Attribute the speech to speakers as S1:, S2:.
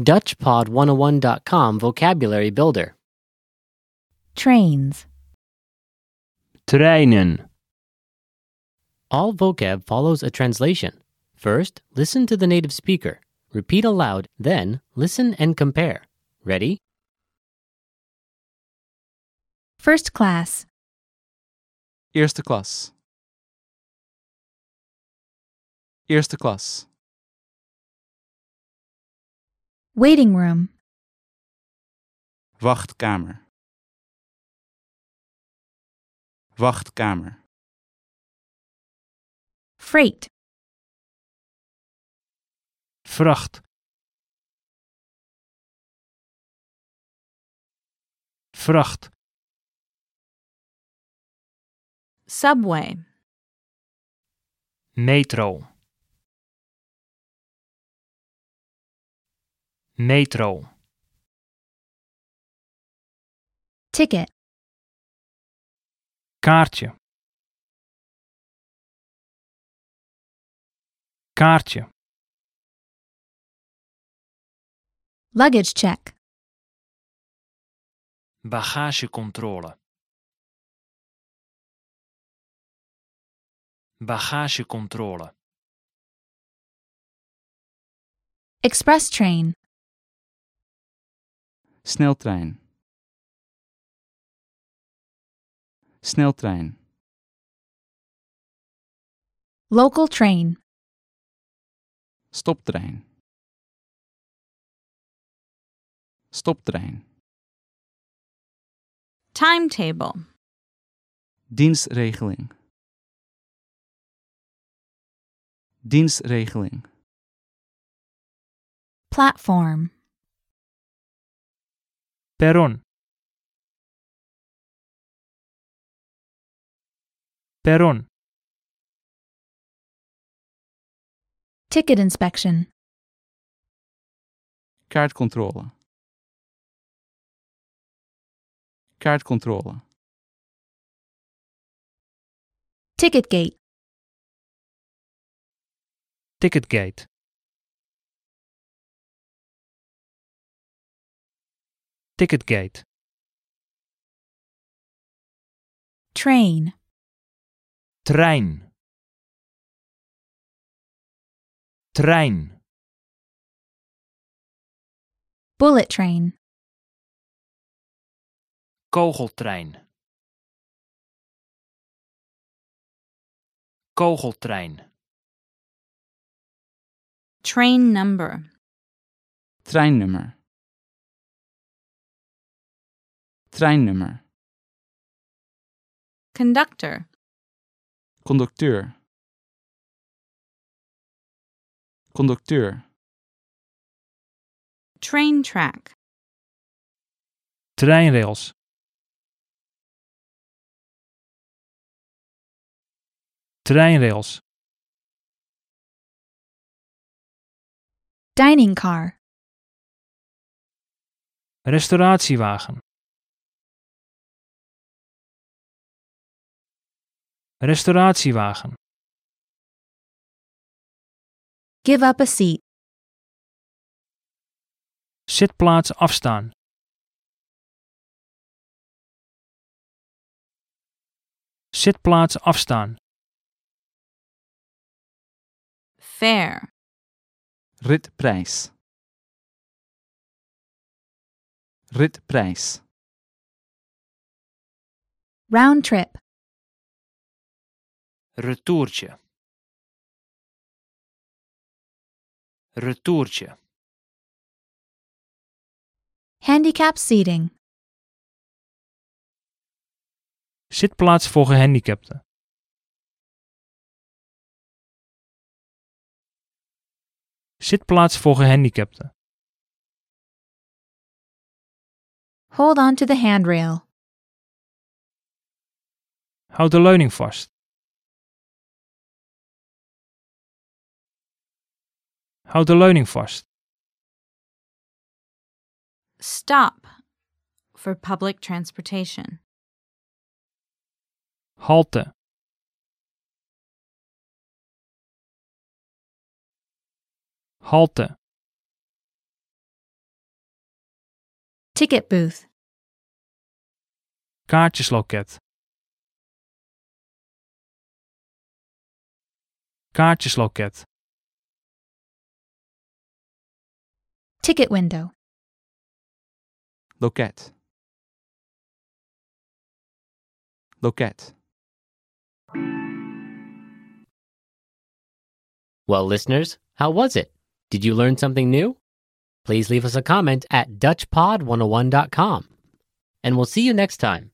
S1: DutchPod101.com Vocabulary Builder.
S2: trains,
S3: treinen,
S1: All vocab follows a translation. First, listen to the native speaker. Repeat aloud, then, listen and compare. Ready?
S2: first class,
S4: Eerste klas. Eerste klas.
S2: waiting room,
S4: Wachtkamer. Wachtkamer.
S2: freight,
S3: vracht, vracht,
S2: subway,
S3: metro, metro,
S2: ticket,
S3: kaartje, kaartje,
S2: luggage check,
S3: bagagecontrole, bagagecontrole,
S2: express train,
S4: Sneltrein. Sneltrein.
S2: local train,
S4: Stoptrein. Stoptrein.
S2: timetable,
S4: Dienstregeling. Dienstregeling.
S2: platform,
S3: perron, perron.
S2: ticket inspection,
S4: Kaartcontrole. Kaartcontrole.
S2: ticket gate,
S3: Ticketgate. Ticketgate.
S2: train,
S3: Trein. Trein.
S2: bullet train,
S3: Kogeltrein. Kogeltrein.
S2: train number,
S4: Treinnummer. Treinnummer.
S2: conductor,
S4: Conducteur. Conducteur.
S2: train track,
S3: Treinrails. Treinrails.
S2: dining car,
S3: Restauratiewagen. Restauratiewagen.
S2: give up a seat,
S3: Zitplaats afstaan. Zitplaats afstaan.
S2: fare,
S4: Ritprijs. Ritprijs.
S2: round trip,
S3: Retourtje. Retourtje.
S2: handicap seating,
S3: Zitplaats voor gehandicapten. Zitplaats voor gehandicapten.
S2: hold on to the handrail,
S3: Houd de leuning vast. Houd de leuning vast.
S2: stop for public transportation.
S3: Halte. Halte.
S2: Ticket booth.
S3: kaartjesloket. Kaartjesloket,
S2: Ticket window.
S4: loket. Loket.
S1: Well, listeners, how was it? Did you learn something new? oh Please leave us a comment at DutchPod101.com. And we'll see you next time.